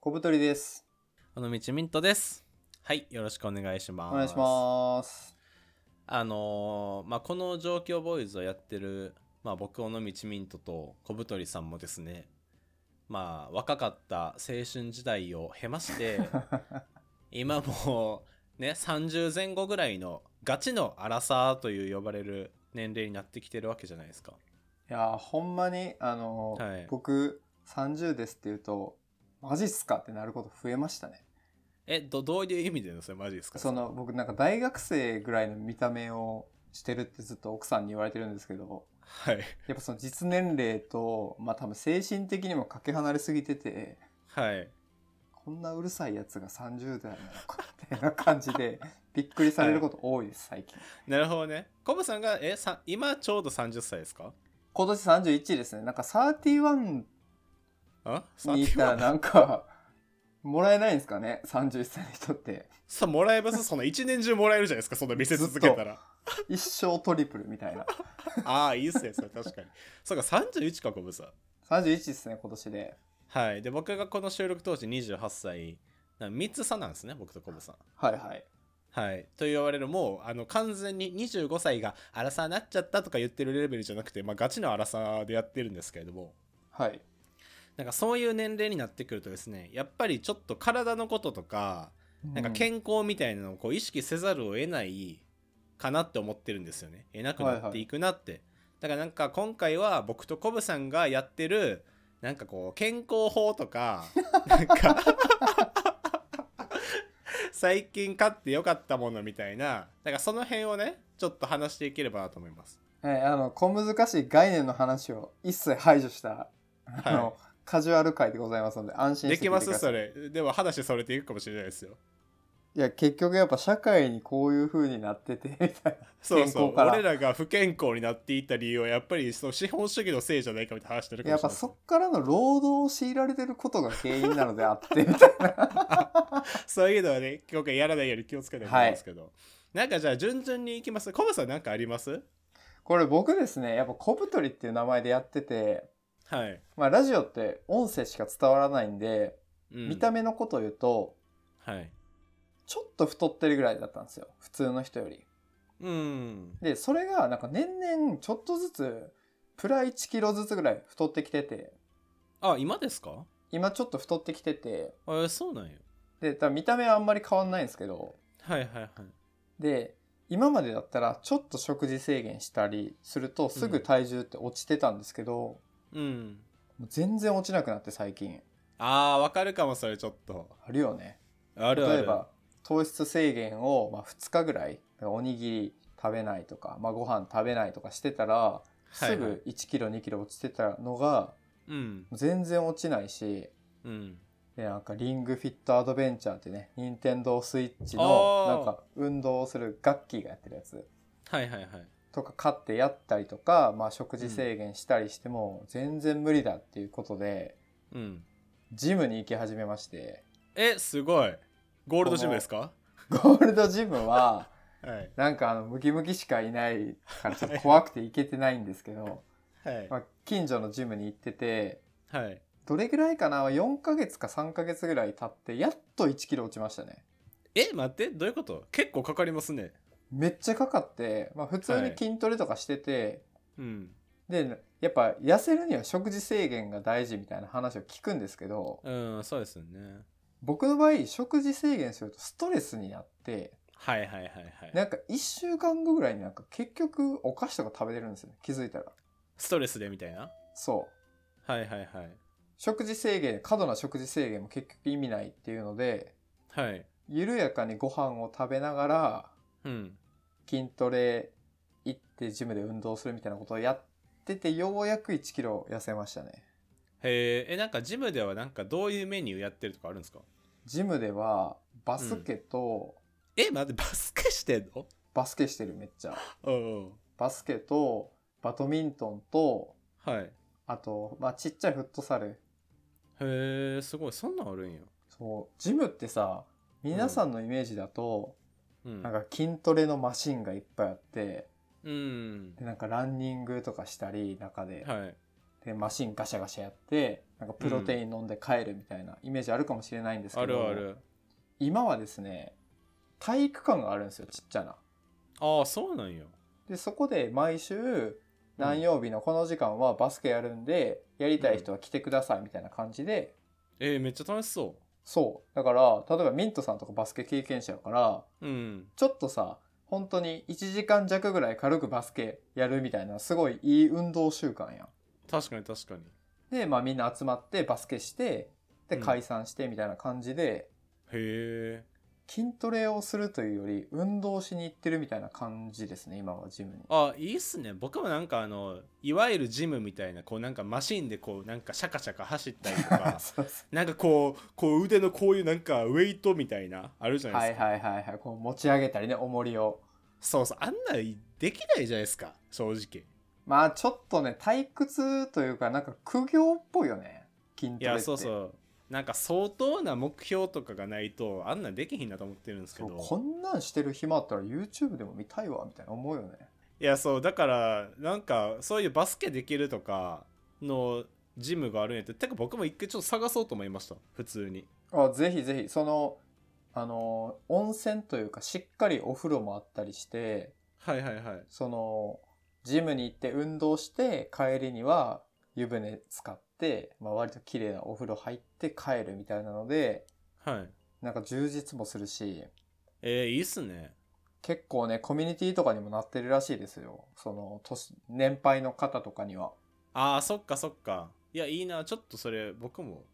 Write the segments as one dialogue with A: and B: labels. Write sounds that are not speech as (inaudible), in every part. A: 小太りです。
B: この道ミントです。はい、よろしくお願いします。
A: お願いします。
B: あのーまあ、この状況ボーイズをやってる、まあ、僕、尾道ミントと小太りさんもですね、まあ、若かった青春時代を経
A: (laughs)
B: まして、今もう、ね、30前後ぐらいのガチの荒さという呼ばれる年齢になってきてるわけじゃないですか。
A: いやー、ほんまに、あのー、
B: はい
A: 僕、30ですって言うと、マジっすかってなること増えましたね。
B: え、ど、どういう意味でのそれマジですか
A: その、僕なんか大学生ぐらいの見た目をしてるってずっと奥さんに言われてるんですけど、
B: はい。
A: やっぱその実年齢と、まあ多分精神的にもかけ離れすぎてて、
B: はい。
A: こんなうるさいやつが30代なのかみたいな感じで、びっくりされること多いです、最近。
B: なるほどね。コブさんが、え、さ今ちょうど30歳ですか
A: 今年31ですね。なんか31
B: あ
A: にいたらなんかもらえないんですかね31歳の人って
B: さもらえますその一年中もらえるじゃないですかそんな見せ続けたら
A: 一生トリプルみたいな
B: ああいいっすねそれ確かにそうか31か小ぶさ
A: 31ですね今年で
B: はいで僕がこの収録当時28歳な3つ差なんですね僕と小ぶさん
A: はいはい
B: はいと言われるもうあの完全に25歳が荒さになっちゃったとか言ってるレベルじゃなくて、まあ、ガチの荒さでやってるんですけれども
A: はい
B: なんかそういう年齢になってくるとですねやっぱりちょっと体のこととかなんか健康みたいなのをこう意識せざるを得ないかなって思ってるんですよね。得なくなっていくなって。だからなんか今回は僕とコブさんがやってるなんかこう健康法と
A: (laughs)
B: かなんか最近買ってよかったものみたいななんかその辺をねちょっと話していければなと思います。
A: うんえーあの小難しい概念の話を一切排除したあの、
B: は
A: カジュアル回でございますので安心して聞
B: い、で
A: いて
B: きます
A: くださ
B: そ
A: い
B: れ。でも話それていくかもしれないですよ。
A: いや結局やっぱ社会にこういう風になっててみたいな
B: そうそう
A: 健康から
B: 俺らが不健康になっていった理由はやっぱりその資本主義のせいじゃないかみたいな話してるか
A: や
B: も
A: っ
B: し
A: ぱ
B: れないです
A: そっからの労働を強いられてることが原因なのであってみたいな
B: そういうのはね、今回やらないように気をつけたいと思いますけど。なんかじゃあ、順々に行きます。コバさんなんかあります
A: これ僕ですねやっぱ小太りっていう名前でやってて
B: はい。
A: まあラジオって音声しか伝わらないんで
B: うん
A: 見た目のことを言うと
B: はい。
A: ちょっと太ってるぐらいだったんですよ普通の人より
B: うん。
A: でそれがなんか年々ちょっとずつプラ1キロずつぐらい太ってきてて
B: あ、今ですか
A: 今ちょっと太ってきてて
B: あ、そうなんよ。
A: で多分見た目はあんまり変わんないんですけど
B: はいはいはい。
A: で今までだったらちょっと食事制限したりするとすぐ体重って落ちてたんですけど、も
B: うん。
A: う全然落ちなくなって最近
B: あー、わかるかも、それちょっと。
A: あるよね
B: あるある。
A: 例えば糖質制限を、まあ、2日ぐらいおにぎり食べないとか、まあ、ご飯食べないとかしてたら
B: はいは
A: す
B: い
A: ぐ1キロ2キロ落ちてたのが
B: うん。
A: 全然落ちないし
B: うん。
A: でなんかリングフィットアドベンチャーってね任天堂スイッチの
B: あ
A: な
B: ー
A: んか運動をするガッキーがやってるやつ
B: はいはいはい。
A: とか買ってやったりとか、まあ、食事制限したりしても全然無理だっていうことで
B: うん。
A: ジムに行き始めまして
B: え、すごい。ゴールドジムですか
A: ゴールドジムは。
B: はい。
A: なんかあのムキムキしかいないからちょっと怖くて行けてないんですけ
B: (laughs)
A: ど、
B: はい
A: ま。あ、近所のジムに行ってて
B: はい。
A: どれぐらいかな4ヶ月か3ヶ月ぐらい経ってやっと1キロ落ちましたね
B: え、待って、どういうこと結構かかりますね。
A: めっちゃかかって、まあ、普通
B: は
A: に
B: い
A: 筋トレとかしてて、
B: うん。
A: でやっぱ痩せるには食事制限が大事みたいな話を聞くんですけど
B: うん、そうですよね。
A: 僕の場合食事制限するとストレスになって
B: はいはいはいはい。
A: なんか1週間後ぐらいになんか結局お菓子とか食べてるんですよね気づいたら
B: ストレスでみたいな。
A: そう
B: はいはいはい。
A: 食事制限過度な食事制限も結局意味ないっていうので
B: はい。
A: 緩やかにご飯を食べながら
B: うん。
A: 筋トレ行ってジムで運動するみたいなことをやっててようやく1キロ痩せましたね
B: へえ、え、なんかジムではなんかどういうメニューやってるとかあるんですか
A: ジムではバスケと、
B: え、待って、バスケしてんの
A: バスケしてるめっちゃ
B: うんうん。
A: バスケとバドミントンと
B: はい。へ
A: あと、まあ、ちっちゃいフットサル
B: え、すごい。そんなんあるんよ。
A: そうジムってさ皆さんのイメージだと、
B: うん。
A: なんか筋トレのマシンがいっぱいあって
B: うん。
A: でなんかランニングとかしたり中で、
B: はい。
A: でマシンガシャガシャやってなんかプロテイン飲んで帰るみたいなイメージあるかもしれないんですけ
B: ある
A: ど、
B: ある
A: 今はですね体育館があるんですよちっちゃな。
B: ああそうなんよ
A: でそこで毎週何曜日のこの時間はバスケやるんで、やりたい人は来てくださいみたいな感じで、
B: えー、めっちゃ楽しそ
A: そうだから例えばミントさんとかバスケ経験者やから
B: ううん
A: ちょっとさ本当に1時間弱ぐらい軽くバスケやるみたいなすごいいい運動習慣やん。
B: 確かに確かに
A: で、まあ、みんな集まってバスケしてで
B: うん
A: 解散してみたいな感じで、
B: へえ
A: 筋トレをするというより運動しに行ってるみたいな感じですね今はジムに。
B: あいいっすね僕もなんかあのいわゆるジムみたいなこうなんかマシンでこうなんかシャカシャカ走ったりと
A: (laughs)
B: か
A: そうそ
B: なんかこうこう腕のこういうなんかウェイトみたいなあるじ
A: う
B: ゃな
A: はいい
B: ですか、
A: はいはいはいこう持ち上げたりね重りを。
B: そうそうあんなできないじゃないですか正直
A: まあちょっとね退屈というかなんか苦行っぽいよね筋ト
B: い
A: レって。
B: やそうそうなんか相当な目標とかがないとあんなんできひんなと思ってるんですけ
A: そう
B: ど
A: こんなんしてる暇あったら YouTube でも見たいわみたいな思うよね。
B: いやそうだからなんかそういうバスケできるとかのジムがあるんやっててか僕も一回ちょっと探そうと思いました普通に
A: あぜひぜひそのあの温泉というかしっかりお風呂もあったりして
B: はいはいはい
A: そのジムに行って運動して帰りには湯船使って、まあ、割と綺麗なお風呂入って帰るみたいなので
B: はい
A: なんか充実もするし
B: えー、いいっすね
A: 結構ねコミュニティとかにもなってるらしいですよその年年配の方とかには (laughs)
B: あーそっかそっかいやいいなちょっとそれ僕も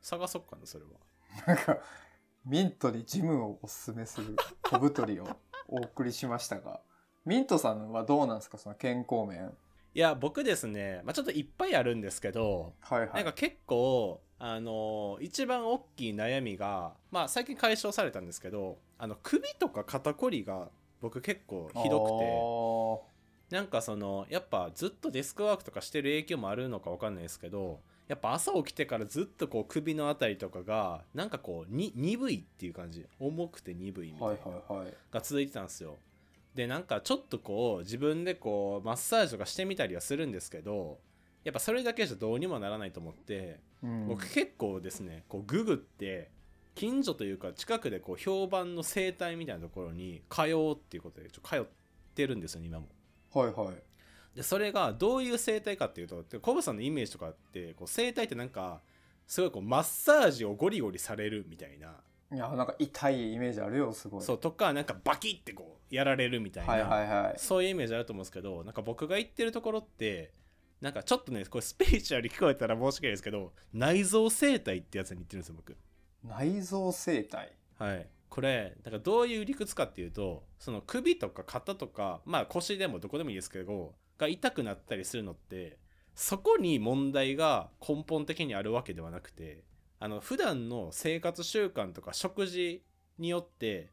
B: 探そっかなそれは
A: なんかミントにジムをおすすめする小太りを (laughs) お送りしましたがミントさんはどうなんですかその健康面
B: いや僕ですね、まあ、ちょっといっぱいあるんですけど
A: はいは
B: ないんか結構あのー一番大きい悩みが、まあ、最近解消されたんですけどあの首とか肩こりが僕結構ひどくてなんかそのやっぱずっとデスクワークとかしてる影響もあるのかわかんないですけどやっぱ朝起きてからずっとこう首のあたりとかがなんかこうに鈍いっていう感じ重くて鈍いみたい
A: は
B: な、
A: いはいはい
B: が続いてたんですよでなんかちょっとこう自分でこうマッサージとかしてみたりはするんですけどやっぱそれだけじゃどうにもならないと思って
A: うん
B: 僕結構ですねこうググって近所というか近くでこう評判の整体みたいなところに通うっていうことでちょっと通ってるんですよね今も。
A: はいはい
B: でそれがどういう生態かっていうとてコブさんのイメージとかってこう生態ってなんかすごいこうマッサージをゴリゴリされるみたいな、
A: いやなんか痛いイメージあるよすごい
B: そうとかなんかバキってこうやられるみたいな、
A: はいはいはい
B: そういうイメージあると思うんですけどなんか僕が言ってるところってなんかちょっとねこれスピリチュアルに聞こえたら申し訳ないですけど内臓生態ってやつに言ってるんですよ僕。
A: 内臓生態
B: はい、これだからどういう理屈かっていうとその首とか肩とか、まあ、腰でもどこでもいいですけどが痛くなったりするのってそこに問題が根本的にあるわけではなくてあの普段の生活習慣とか食事によって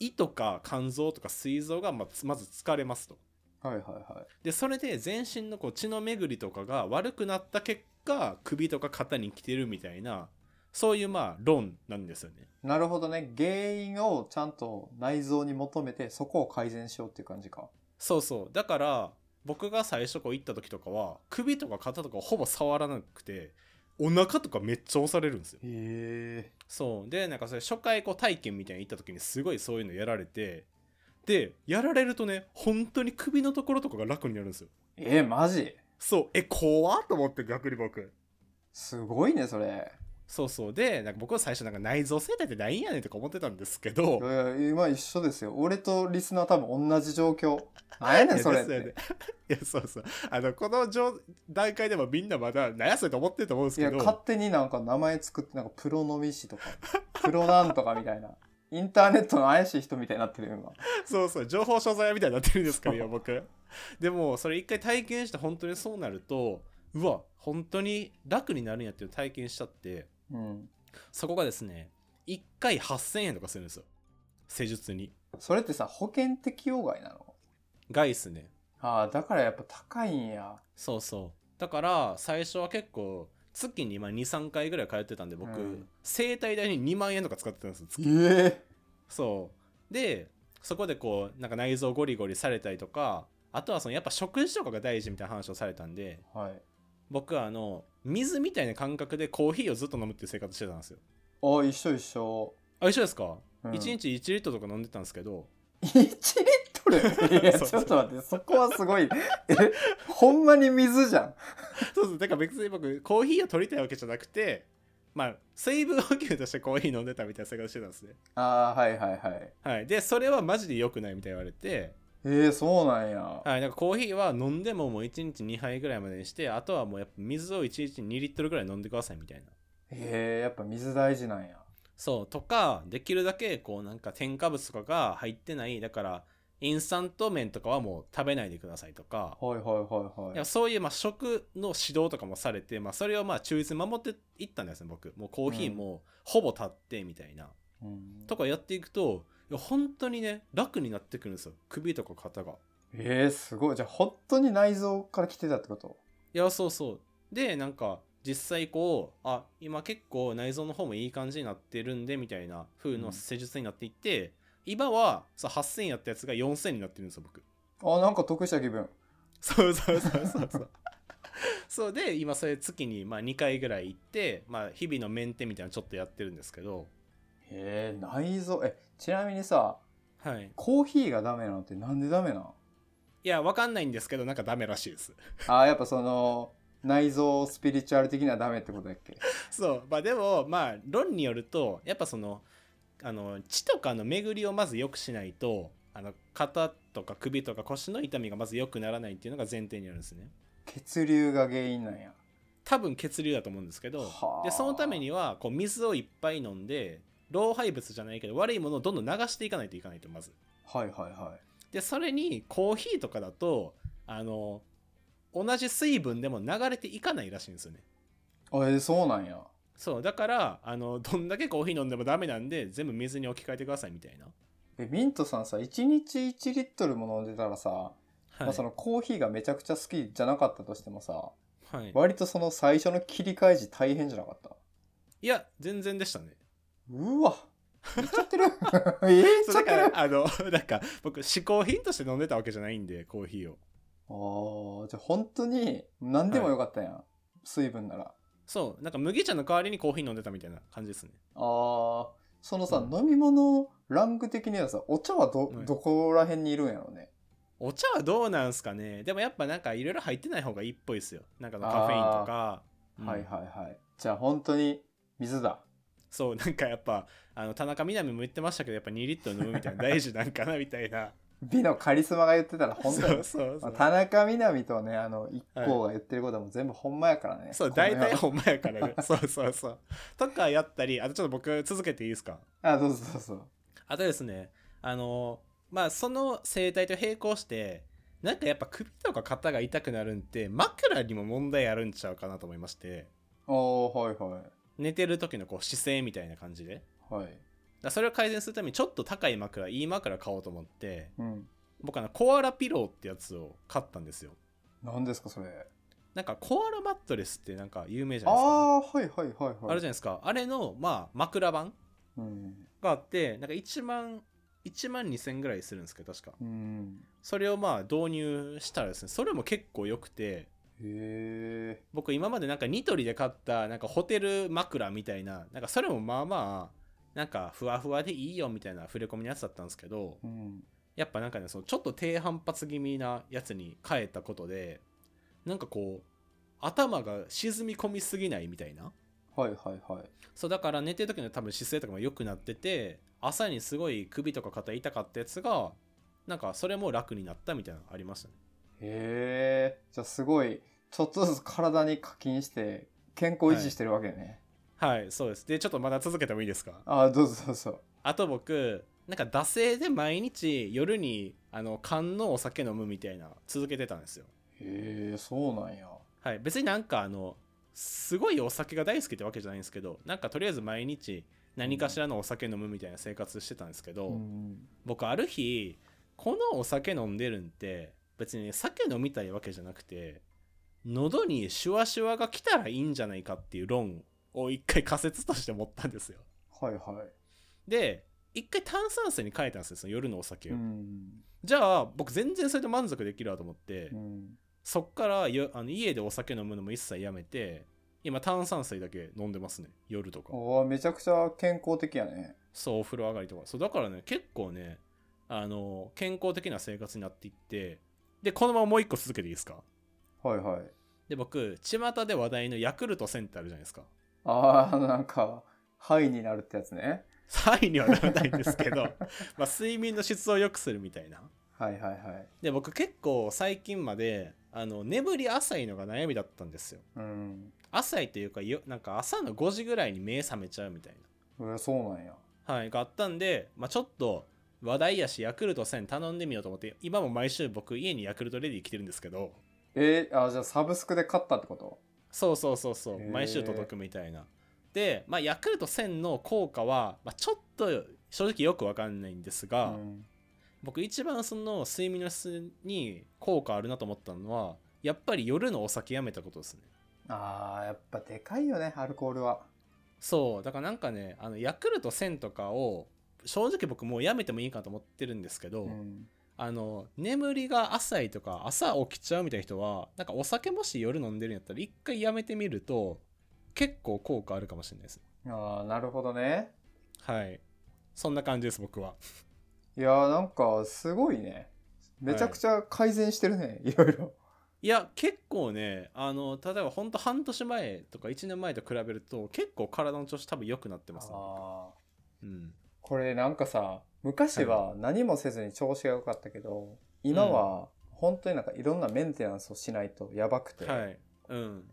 B: 胃とか肝臓とか膵臓がまあつまず疲れますと。
A: はいはいはい
B: でそれで全身のこう血の巡りとかが悪くなった結果首とか肩に来てるみたいなそういうまあ論なんですよね。
A: なるほどね原因をちゃんと内臓に求めてそこを改善しようっていう感じか
B: そうそうだから僕が最初こう行った時とかは首とか肩とかほぼ触らなくてお腹とかめっちゃ押されるんですよ
A: へえ
B: そうでなんかそれ初回こう体験みたいに行った時にすごいそういうのやられてでやられるとね本当に首のところとかが楽になるんですよ
A: えマジ
B: そうえ怖っと思って逆に僕
A: すごいねそれ
B: そうそうでなんか僕は最初なんか内臓生態ってないんやねんとか思ってたんですけど
A: いやいや今一緒ですよ俺とリスナー多分同じ状況なんやねんそれっ
B: いや
A: て
B: ですよねいやそうそうあのこの状段階でもみんなまだ悩それと思ってると思うんです
A: いや
B: けど
A: 勝手になんか名前作ってなんかプロ飲み師とかプロなんとかみたいなインターネットの怪しい人みたいになってるよ今
B: そうそう情報商材屋みたいになってるんですから
A: そう (laughs)
B: 今僕でもそれ一回体験して本当にそうなるとうわ本当に楽になるんやっていう体験しちゃって
A: うん
B: そこがですね1回8000円とかするんですよ施術に
A: それってさ保険適用外なの
B: ガイスね
A: ああだからやっぱ高いんや
B: そうそうだから最初は結構月に23回ぐらい通ってたんで僕、
A: うん
B: 整体代に2万円とか使ってたんですよ月
A: ええ
B: そうでそこでこうなんか内臓ゴリゴリされたりとかあとはそのやっぱ食事とかが大事みたいな話をされたんで
A: はい
B: 僕はあの水みたいな感覚でコーヒーをずっと飲むっていう生活してたんですよ
A: あ一緒一緒、
B: あ一緒ですか、
A: うん、
B: 一日1リットルとか飲んでたんですけど
A: 1リットル (laughs) いやちょっと待ってそこはすごいえほんまに水じゃん
B: そうそうだから別に僕コーヒーを取りたいわけじゃなくてまあ水分補給としてコーヒー飲んでたみたいな生活してたんですね
A: ああはいはいはい
B: はいでそれはマジで良くないみたいに言われて
A: えー、そうなんや
B: はいなんかコーヒーは飲んでももう1日2杯ぐらいまでにしてあとはもうやっぱ水を1日2リットルぐらい飲んでくださいみたいな
A: えー、やっぱ水大事なんや
B: そうとかできるだけこうなんか添加物とかが入ってないだからインスタント麺とかはもう食べないでくださいとか、
A: はいはいはい
B: い
A: は
B: や
A: い
B: そういうまあ食の指導とかもされて、まあ、それをまあ忠実に守っていったんですね僕もうコーヒーもほぼ立ってみたいな、
A: うん
B: とかやっていくといや本当にね楽になってくるんですよ首とか肩が
A: えー、すごいじゃあ本当に内臓から来てたってこと
B: いやそうそうでなんか実際こうあ今結構内臓の方もいい感じになってるんでみたいな風
A: う
B: の
A: ん
B: 施術になっていって、今はさ8000やったやつが4000になってるんですよ僕 (laughs)
A: あなんか得した気分
B: そうそうそうそうそう (laughs) そうで今それ月にまあ2回ぐらい行って、まあ、日々のメンテみたいなのちょっとやってるんですけど
A: えー、内臓えちなみにさ
B: はい
A: コーヒーがダメなのってなんでダメなん
B: いやわかんないんですけどなんかダメらしいです
A: あーやっぱその内臓スピリチュアル的なダメってことだっけ
B: (laughs) そうまあでもまあ論によるとやっぱそのあの血とかの巡りをまず良くしないとあの肩とか首とか腰の痛みがまず良くならないっていうのが前提にあるんですね
A: 血流が原因なんや
B: 多分血流だと思うんですけど
A: はあ
B: でそのためにはこう水をいっぱい飲んで老廃物じゃないけど悪いものをどんどん流していかないといかないとまず
A: はいはいは
B: でそれにコーヒーとかだとあの同じ水分でも流れていかないらしいんですよね
A: いあえー、そうなんや
B: そうだからあの (laughs) どんだけコーヒー飲んでもダメなんで全部水に置き換えてくださいみたいな、
A: えミントさんさ1日1リットルも飲んでたらさ、まあ、そのコーヒーがめちゃくちゃ好きじゃなかったとしてもさ
B: はい、
A: 割とその最初の切り替え時大変じゃなかった
B: いや全然でしたね
A: うわ言っちゃっ
B: (laughs)
A: てる言っ
B: そう
A: ちゃ
B: だ
A: って
B: か
A: る
B: らあの (laughs) なんか僕嗜好品として飲んでたわけじゃないんでコーヒーを
A: あーじゃあ本当に何でもよかったんやん、水分なら
B: そうなんか麦茶の代わりにコーヒー飲んでたみたいな感じですね
A: あーそのさ、
B: うん
A: 飲み物ランク的にはさお茶はど,、
B: はい
A: どこら辺にいるんやろうね
B: お茶はどうなんすかねでもやっぱなんかいろいろ入ってない方がいいっぽいですよなんかのカフェインとか、うん
A: はいはいはいじゃあ本当に水だ
B: そうなんかやっぱあの田中みな実も言ってましたけどやっぱ2リットル飲むみたいな大事なんかなみたいな
A: 美のカリスマが言ってたら (laughs) 本当
B: そう
A: に、
B: そうそ
A: まあ
B: う
A: 田中みな実とねあの一行が言ってることはもう全部ほんまやからね
B: そう
A: この
B: 大
A: 世は
B: 体ほんまやからね (laughs) そうそうそうとかやったりあとちょっと僕続けていいですか
A: あどうぞどうぞ
B: あとですねあのまあその生態と並行してなんかやっぱ首とか肩が痛くなるんって枕にも問題あるんちゃうかなと思いまして
A: おーはい
B: 寝てる時のこう姿勢みたいな感じでだか
A: はいはい
B: らそれを改善するためにちょっと高い枕いい枕買おうと思って
A: うん
B: 僕あのコアラピローってやつを買ったんですよ
A: 何ですかそれ
B: なんかコアラマットレスってなんか有名じゃ
A: あ
B: ないですか
A: あーはいはいはいはい
B: あるじゃないですかあれのまあ枕版
A: うん
B: があってなんか1万1万2000ぐらいするんですけど確か
A: うん
B: それをまあ導入したらですねそれも結構良くて
A: へえ
B: 僕今までなんかニトリで買ったなんかホテル枕みたいななんかそれもまあまあなんかふわふわでいいよみたいな触れ込みのやつだったんですけど
A: うん
B: やっぱなんかねそのちょっと低反発気味なやつに変えたことでなんかこう頭が沈み込みすぎないみたいな
A: はいはいはい
B: そうだから寝てる時の多分姿勢とかも良くなってて朝にすごい首とか肩痛かったやつがなんかそれも楽になったみたいなのありましたね
A: へえじゃあすごいちょっとずつ体に課金して健康維持してるわけね、
B: はいそうですでちょっとまだ続けてもいいですか
A: ああどうぞどうぞ
B: あと僕なんか惰性で毎日夜にあの缶のお酒飲むみたいな続けてたんですよ
A: へえそうなんや
B: はい別になんかあのすごいお酒が大好きってわけじゃないんですけどなんかとりあえず毎日何かしらのお酒飲むみたいな生活してたんですけど、
A: うん
B: 僕ある日このお酒飲んでるんって別に酒飲みたいわけじゃなくて喉にシュワシュワが来たらいいんじゃないかっていう論を一回仮説として持ったんですよ
A: はいは
B: で一回炭酸水に変えたんですよその夜のお
A: い
B: 酒を、
A: うん
B: じゃあ僕全然それで満足できるわと思って、
A: うん
B: そっからよあの家でお酒飲むのも一切やめて今炭酸水だけ飲んでますね夜とか
A: おーめちゃくちゃ健康的やね
B: そうお風呂上がりとかそうだからね結構ねあの健康的な生活になっていってでこのままもう一個続けていいですか
A: はいはい
B: で僕巷で話題のヤクルト1000ってあるじゃないです (laughs) か
A: あーなんか肺になるってやつね
B: 3位にはならないんですけど (laughs) まあ睡眠の質を良くするみたいな
A: はいはいはい
B: で僕結構最近まであの眠り浅いのが悩みだったんですよ
A: うん
B: 浅いというかよなんか朝の5時ぐらいに目覚めちゃうみたい
A: えーそうなんや
B: なはいがあったんで、まあ、ちょっと話題やしヤクルト1000頼んでみようと思って今も毎週僕家にヤクルトレディ来てるんですけど
A: えー、あじゃあサブスクで買ったってこと
B: そうそうそうそう
A: へー
B: 毎週届くみたいなで、まあ、ヤクルト1000の効果は、まあ、ちょっと正直よくわかんないんです
A: う
B: が、
A: ん
B: 僕一番その睡眠の質に効果あるなと思ったのはやっぱり夜のお酒やめたことですね
A: あーやっぱでかいよねアルコールは
B: そうだからなんかねあのヤクルト1000とかを正直僕もうやめてもいいかと思ってるんですけど、
A: うん
B: あの眠りが浅いとか朝起きちゃうみたいな人はなんかお酒もし夜飲んでるんやったら一回やめてみると結構効果あるかもしれないです
A: ああなるほどね
B: はいそんな感じです僕はい
A: やーなんかすごいねめちゃくちゃ改善してるね、い、ろいろ
B: いや結構ねあの例えばほんと半年前とか1年前と比べると結構体の調子多分良くなってますね、
A: あー
B: うん、
A: これなんかさ昔は何もせずに調子が良かったけど、今は本当になんかいろんなメンテナンスをしないとやばくて、
B: はいうん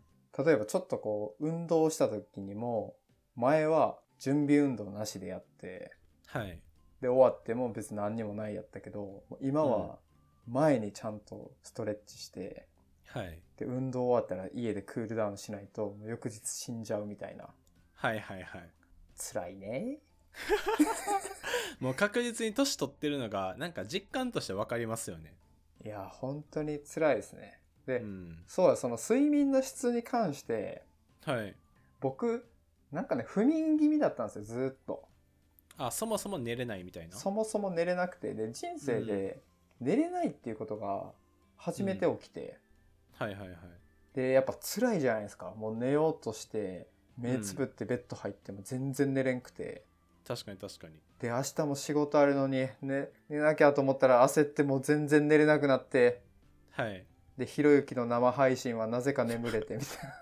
A: 例えばちょっとこう運動した時にも前は準備運動なしでやって
B: はい
A: で終わっても別に何にもないやったけど今は前にちゃんとストレッチして、
B: はい
A: で運動終わったら家でクールダウンしないともう翌日死んじゃうみたいな
B: はいはいはい
A: 辛いね
B: もう確実に年取ってるのがなんか実感として分かりますよね
A: いや本当に辛いですねで、
B: うん
A: そうだその睡眠の質に関して
B: はい
A: 僕なんかね不眠気味だったんですよずーっと
B: あそもそも寝れないみたいな
A: そもそも寝れなくてで人生で寝れないっていうことが初めて起きて、
B: はいはいはい
A: でやっぱ辛いじゃないですかもう寝ようとして目つぶってベッド入っても全然寝れんくて、
B: 確かに確かに
A: で明日も仕事あるのに寝寝なきゃと思ったら焦ってもう全然寝れなくなって
B: はい
A: でひろゆきの生配信はなぜか眠れてみたいな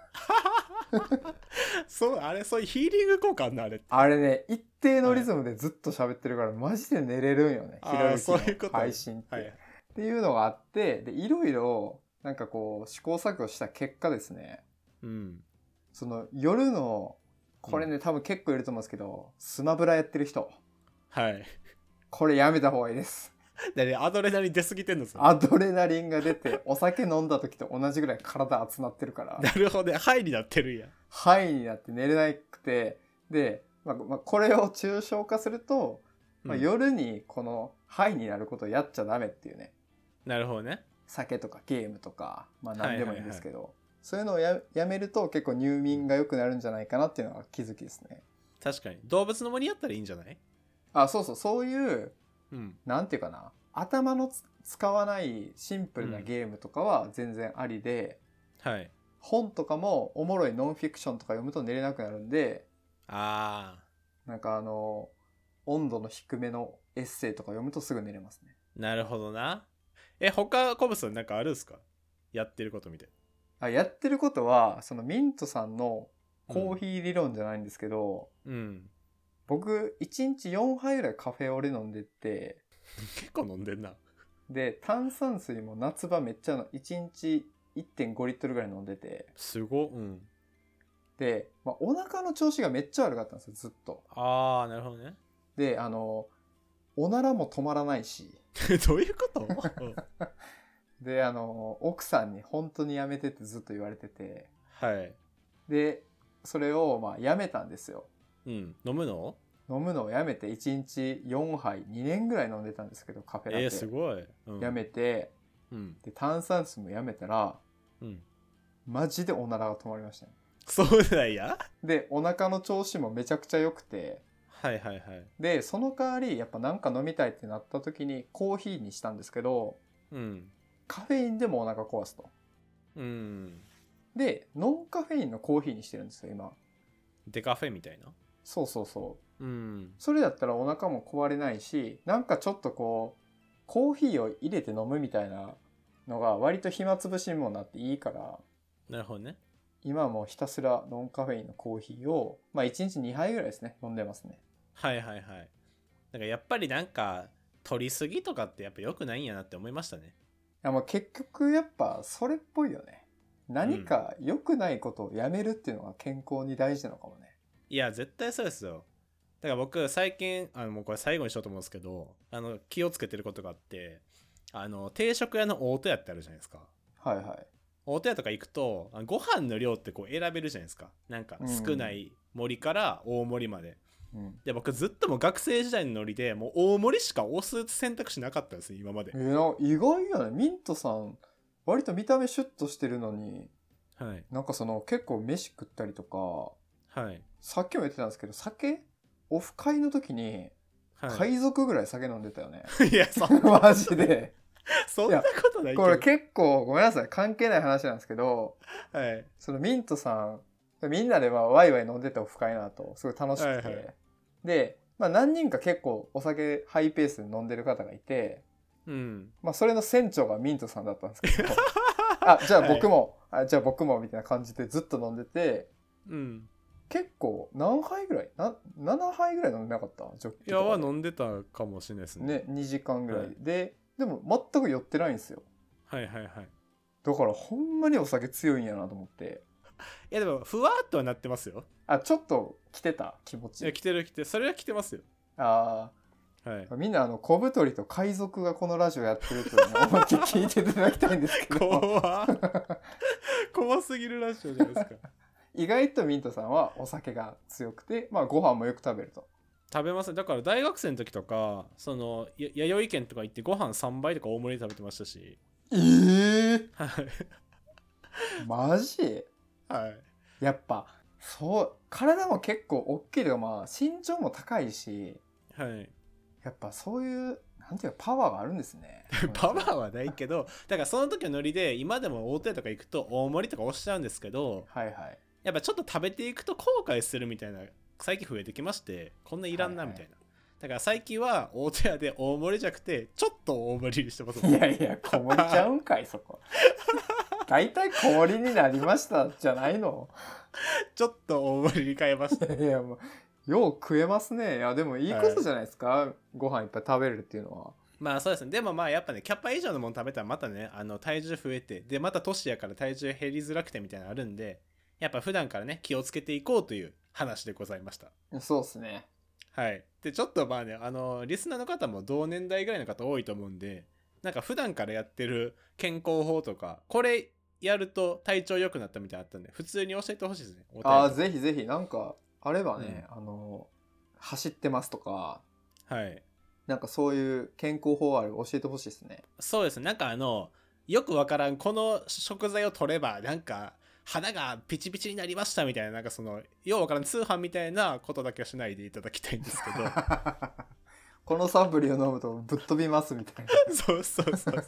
B: そうあれそういうヒーリング効果あんのあれ
A: あれね一定のリズムでずっと喋ってるから、マジで寝れるんよね
B: あ
A: ひ
B: ー
A: ろ
B: そうい
A: ゆ
B: う
A: き
B: こ
A: の
B: と
A: 配信って。
B: はい
A: っていうのがあってでいろいろなんかこう試行錯誤した結果ですね
B: うん
A: その夜のこれね、多分結構いると思うんですけどスマブラやってる人
B: (laughs) はい
A: これやめた方がいい
B: (laughs)
A: です
B: だねアドレナリン出すぎてんのそれ
A: アドレナリンが出てお酒飲んだ時と同じぐらい体熱なってる
B: (laughs)
A: から
B: (laughs) なるほどねハイになってるんや
A: 範囲になって寝れなくてで、まあまあ、これを抽象化すると、まあ、
B: うん
A: 夜にこの範囲になることをやっちゃダメっていうね
B: なるほどね
A: 酒とかゲームとか、まあ、
B: はいはい
A: 何でもいいんですけど、そういうのをややめると結構入眠が良くなるんじゃないかなっていうのが気づきですね。
B: 確かに動物の森やったらいいんじゃない
A: あそうそうそういう
B: うん
A: なんていうかな頭のつ使わないシンプル
B: う
A: なんゲームとかは全然ありで、
B: はい
A: 本とかもおもろいノンフィクションとか読むと寝れなくなるんで
B: あ
A: なんかあの温度の低めのエッセイとか読むとすぐ寝れますね。
B: ーなるほどなえ他コブさんなんかあるんすかやってることみたい
A: あやってることはそのミントさんのコーヒ
B: ー
A: ー理論じゃないんですけど、
B: うん
A: 僕1日4杯ぐらいカフェオレ飲んでて
B: 結構飲んでんな
A: で炭酸水も夏場めっちゃの1日1.5リットルぐらい飲んでて
B: すごうん
A: で、まあ、お腹の調子がめっちゃ悪かったんですよずっと
B: ああなるほどね
A: であのおならも止まらないし
B: (laughs) どういうこと (laughs) うん
A: であの奥さんに本当にやめてってずっと言われてて
B: はい
A: でそれをまあやめたんですよ
B: うん飲むの
A: 飲むのをやめて1日4杯2年ぐらい飲んでたんですけどカフェラテ、
B: えー、すごい、うん、
A: やめて
B: うん
A: で炭酸水もやめたら
B: うん
A: マジでおならが止まりましたね
B: そうだや
A: でお腹の調子もめちゃくちゃ良くて
B: はいはいはい
A: でその代わりやっぱなんか飲みたいってなった時にコーヒーにしたんですけど
B: うん
A: カフェインでもお腹壊すと
B: うん
A: でノンカフェインのコーヒーにしてるんですよ今
B: デカフェみたいな
A: そうそうそう
B: うん
A: それだったらお腹も壊れないしなんかちょっとこうコーヒーを入れて飲むみたいなのが割と暇つぶしにもなっていいから
B: なるほどね
A: 今はもうひたすらノンカフェインのコーヒーをまあ1日2杯ぐらいですね飲んでますね
B: はいはいはいなんかやっぱりなんか取りすぎとかってやっぱ良くないんやなって思いましたね
A: いやまあ結局やっぱそれっぽいよね何か良くないことをやめるっていうのが健康に大事なのかもね
B: いや絶対そうですよだから僕最近あのもうこれ最後にしようと思うんですけどあの気をつけてることがあってあの定食屋の大戸屋ってあるじゃないですか
A: はいはい
B: 大戸屋とか行くとあのご飯の量ってこう選べるじゃないですかなんか少ない盛りから大盛りまで、
A: うん
B: で僕ずっともう学生時代のノリでもう大盛りしか押す選択肢なかったですね今まで
A: え、ーな意外よねミントさん割と見た目シュッとしてるのに
B: はい
A: なんかその結構飯食ったりとか
B: はい
A: さっきも言ってたんですけど酒オフ会の時に
B: はい
A: 海賊ぐらい酒飲んでたよ
B: (laughs)
A: ね、
B: いやそ
A: (laughs) マジで
B: そんなことないけど
A: これ結構ごめんなさい関係ない話なんですけど
B: はい
A: そのミントさんみんなではワイワイ飲んでてオフ会なとすごい楽しくて、
B: はいはい
A: で、まあ、何人か結構お酒ハイペースで飲んでる方がいて、
B: うん
A: まあ、それの船長がミントさんだったんです
B: (laughs)
A: けどあじゃあ僕も、あじゃあ僕もみたいな感じでずっと飲んでて
B: うん
A: 結構何杯ぐらいな7杯ぐらい飲んでなかったジョッキ
B: い
A: と
B: や
A: か
B: は飲んでたかもしれないですね
A: ね2時間ぐらい、
B: はい
A: ででも全く酔ってないんですよ
B: はいはいはい
A: だからほんまにお酒強いんやなと思って
B: いやでもふわっとはなってますよ
A: あちょっと来てた気持
B: い
A: ち
B: や来てる来てるそれは来てますよ
A: あ
B: はい
A: ーみんなあの小太りと海賊がこのラジオやってるというのを思いっきり聞いていただきたいんです
B: (laughs)
A: けど
B: 怖
A: (laughs)
B: っ怖すぎるラジオじゃないですか
A: 意外とミントさんはお酒が強くて、まあ、ご飯もよく食べると
B: 食べますだから大学生の時とかそのや弥生県とか行ってご飯3倍とか大盛りで食べてましたし
A: ええ
B: はい
A: マジ
B: はい
A: やっぱそう体も結構大きいというか、まあ、身長も高いし
B: はい、
A: やっぱそういうなんていうかパワーがあるんですね
B: (laughs) パワーはないけどだからその時のノリで今でも大手とか行くと大盛りとか押しちゃうんですけど
A: はいはい
B: やっぱちょっと食べていくと後悔するみたいな最近増えてきましてこんないらんな
A: はい
B: み
A: はい
B: たいな、だから最近は大手屋で大盛りじゃなくてちょっと大盛りにしてます
A: いやいや、小盛りちゃうんかい、そ (laughs) こ。大体小盛りになりましたじゃないの。
B: ちょっと大盛りに変えました (laughs)
A: いやいや、もう、よう食えますね。いや、でもいいことじゃないですか。ご飯いっぱい食べれるっていうのは。
B: まあそうですねでもまあやっぱねキャパ以上のもの食べたらまたねあの体重増えてでまた年やから体重減りづらくてみたいなのあるんでやっぱ普段からね気をつけていこうという話でございました
A: そうですね。
B: はい。で、ちょっとまあね、あの、リスナーの方も同年代ぐらいの方多いと思うんで、なんか普段からやってる健康法とか、これやると体調良くなったみたいなのあったんで、普通に教えてほしいですね。お便りとか
A: ああ、ぜひぜひ、なんか、あればね、あの、走ってますとか、
B: はい。
A: なんかそういう健康法ある教えてほしいですね。
B: そうですね。なんかあの、よくわからん、この食材を取れば、なんか、肌がピチピチになりましたみたいな、なんかその、ようわからん通販みたいなことだけはしないでいただきたいんですけど。
A: このサプリを飲むとぶっ飛びますみたいな。
B: (laughs) そうそうそうそう。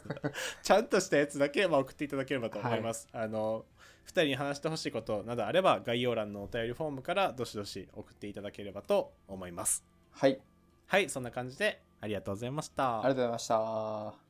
B: ちゃんとしたやつだけ、まあ、送っていただければと思います。あの、2人に話してほしいことなどあれば、概要欄のお便りフォームからどしどし送っていただければと思います。
A: はい、あり
B: はい、そんな感じでありがとうございました。
A: がとうございました。